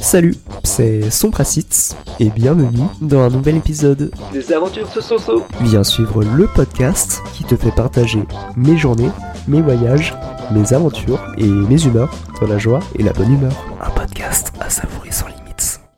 Salut, c'est Sompracitz et bienvenue dans un nouvel épisode. Des aventures sous Soso Viens suivre le podcast qui te fait partager mes journées, mes voyages, mes aventures et mes humeurs dans la joie et la bonne humeur. Un podcast à savourer sans